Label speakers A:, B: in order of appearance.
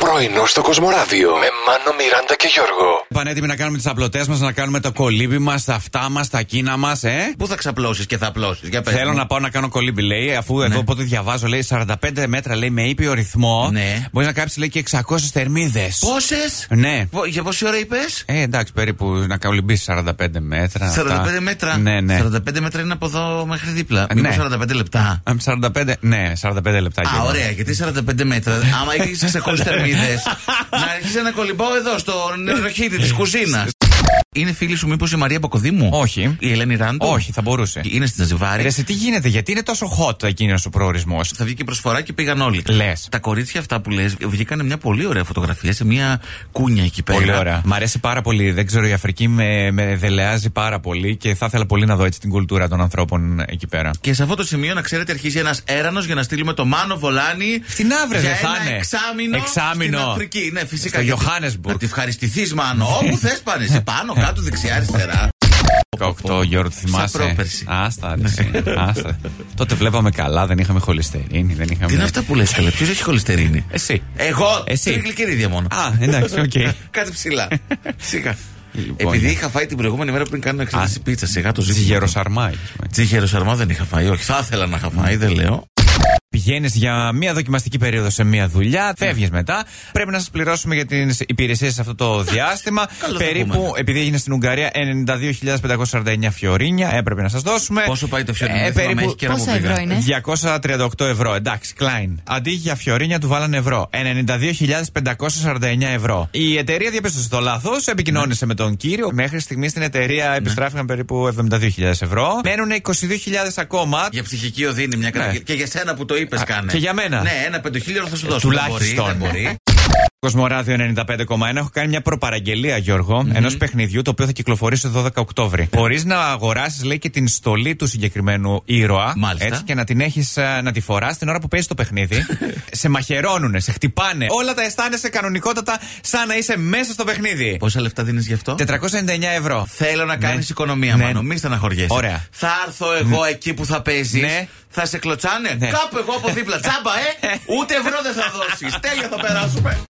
A: Πρωινό στο Κοσμοράδιο με Μάνο, Μιράντα και Γιώργο.
B: Πανέτοιμοι να κάνουμε τις απλωτές μας, να κάνουμε το κολύμπι μας, τα αυτά μας, τα κίνα μας, ε.
C: Πού θα ξαπλώσεις και θα απλώσεις. Για πες
B: Θέλω
C: μου. Ναι.
B: να πάω να κάνω κολύμπι, λέει, αφού εδώ πότε διαβάζω, λέει 45 μέτρα, λέει με ήπιο ρυθμό.
C: Ναι.
B: Μπορεί να κάψει, λέει και 600 θερμίδες.
C: Πόσες?
B: Ναι.
C: Πο- Για πόση ώρα είπες?
B: Ε, εντάξει, περίπου να κολυμπήσεις 45 μέτρα.
C: 45
B: αυτά.
C: μέτρα.
B: Ναι, ναι.
C: 45 μέτρα είναι από εδώ μέχρι δίπλα.
B: Ναι.
C: Μήπως 45 λεπτά.
B: Ε, 45, ναι, Ναι. 45 λεπτά.
C: Α,
B: Γιώργο.
C: ωραία, γιατί 45 μέτρα. Άμα έχεις 600 θερμίδε, να αρχίσει να κολυμπάω εδώ,
B: Ναι.
C: στον ενοχήτη τη κουζίνα. Είναι φίλη σου, μήπως η Μαρία Πακοδήμου.
B: Όχι.
C: Η Ελένη Ράντο.
B: Όχι, θα μπορούσε.
C: Είναι στην Ζιβάρη.
B: Ρε, σε τι γίνεται, γιατί είναι τόσο hot εκείνος ο προορισμός.
C: Θα βγει και προσφορά και πήγαν όλοι.
B: Λες.
C: Τα κορίτσια αυτά που λες βγήκαν μια πολύ ωραία φωτογραφία σε μια κούνια εκεί πέρα.
B: Πολύ ωραία. Μ' αρέσει πάρα πολύ. Δεν ξέρω, η Αφρική με, με δελεάζει πάρα πολύ και θα ήθελα πολύ να δω έτσι την κουλτούρα των ανθρώπων εκεί πέρα.
C: Και σε αυτό το σημείο, να ξέρετε, αρχίζει ένας έρανος για να στείλουμε το Μάνο Βολάνη.
B: Στην αύριο
C: για
B: δεν θα
C: ένα
B: είναι.
C: Εξάμεινο.
B: Εξάμεινο.
C: Στην Αφρική. Ναι, φυσικά.
B: Στο
C: Γιατί-
B: Johannesburg.
C: Να τη ευχαριστηθείς, Μάνο. Όπου θες πάνε. Σε πάνω, κάτω, δεξιά, αριστερά.
B: 18 Γιώργο, το θυμάσαι.
C: πρόπερση. Ναι.
B: Άστα, ρε, εσύ. Άστα. Τότε βλέπαμε καλά, δεν είχαμε χολυστερίνη, δεν είχαμε.
C: Τι είναι αυτά που λες, καλέ. Ποιος έχει χολυστερίνη.
B: Εσύ.
C: Εγώ.
B: Εσύ.
C: Τρία γλυκερίδια μόνο.
B: Α, εντάξει, οκ.
C: Κάτι ψηλά. Σιγά.
B: Λοιπόν,
C: Επειδή
B: ναι.
C: είχα φάει την προηγούμενη μέρα πριν κάνω εξάρτηση πίτσα, σιγά το ζήτημα.
B: Ζυγεροσαρμάκι.
C: Τσίχερο σαρμά δεν είχα φάει. Όχι, θα ήθελα να είχα φάει, δεν λέω.
B: Πηγαίνεις για μία δοκιμαστική περίοδο σε μία δουλειά,
C: Ναι.
B: φεύγεις μετά. Πρέπει να σας πληρώσουμε για τις υπηρεσίες σε αυτό το διάστημα.
C: καλό θα
B: Περίπου,
C: πούμε.
B: επειδή έγινε στην Ουγγαρία, 92.549 φιωρίνια έπρεπε να σας δώσουμε.
C: Πόσο πάει το φιωρίνι,
B: Ε,
C: δεν θυμάμαι,
B: περίπου
C: έχει καιρό που
D: Πόσα
C: πήγα.
D: ευρώ είναι?
B: 238 ευρώ. Εντάξει, Klein. Αντί για φιωρίνια του βάλανε ευρώ. 92.549 ευρώ. Η εταιρεία διαπίστωσε το λάθος, επικοινώνησε με
C: Ναι.
B: τον κύριο. Μέχρι στιγμή στην εταιρεία επιστράφηκαν περίπου 72.000 ευρώ. Μένουν 22.000 ακόμα.
C: Για ψυχική οδύνη μια καταγγελία. Και για σένα που το είπες,
B: Ναι. Α,
C: κάνε.
B: και για μένα.
C: Ναι, ένα πεντοχίλιο θα σου δώσω. Δεν
B: τουλάχιστον.
C: μπορεί, δεν μπορεί.
B: Κοσμοράδιο 95,1. Έχω κάνει μια προπαραγγελία, Γιώργο, ενός παιχνιδιού το οποίο θα κυκλοφορήσει 12 Οκτώβρη. Μπορείς να αγοράσεις, λέει, και την στολή του συγκεκριμένου ήρωα.
C: Μάλιστα.
B: Έτσι, και να την έχεις να τη φοράς την ώρα που παίζεις το παιχνίδι. σε μαχαιρώνουν, σε χτυπάνε. Όλα τα αισθάνεσαι κανονικότατα σαν να είσαι μέσα στο παιχνίδι.
C: Πόσα λεφτά δίνεις γι' αυτό.
B: 499 ευρώ.
C: Θέλω να κάνεις
B: Ναι.
C: οικονομία,
B: Ναι.
C: ναι. μάλλον. Μην στεναχωριέσαι.
B: Ωραία.
C: Θα έρθω εγώ εκεί που θα παίζεις.
B: Ναι.
C: Θα σε κλωτσάνε.
B: Ναι.
C: Κάπου εγώ από δίπλα. Τσάμπα, ε! Ούτε ευρώ δεν θα δώσεις. Τέλεια θα περάσουμε.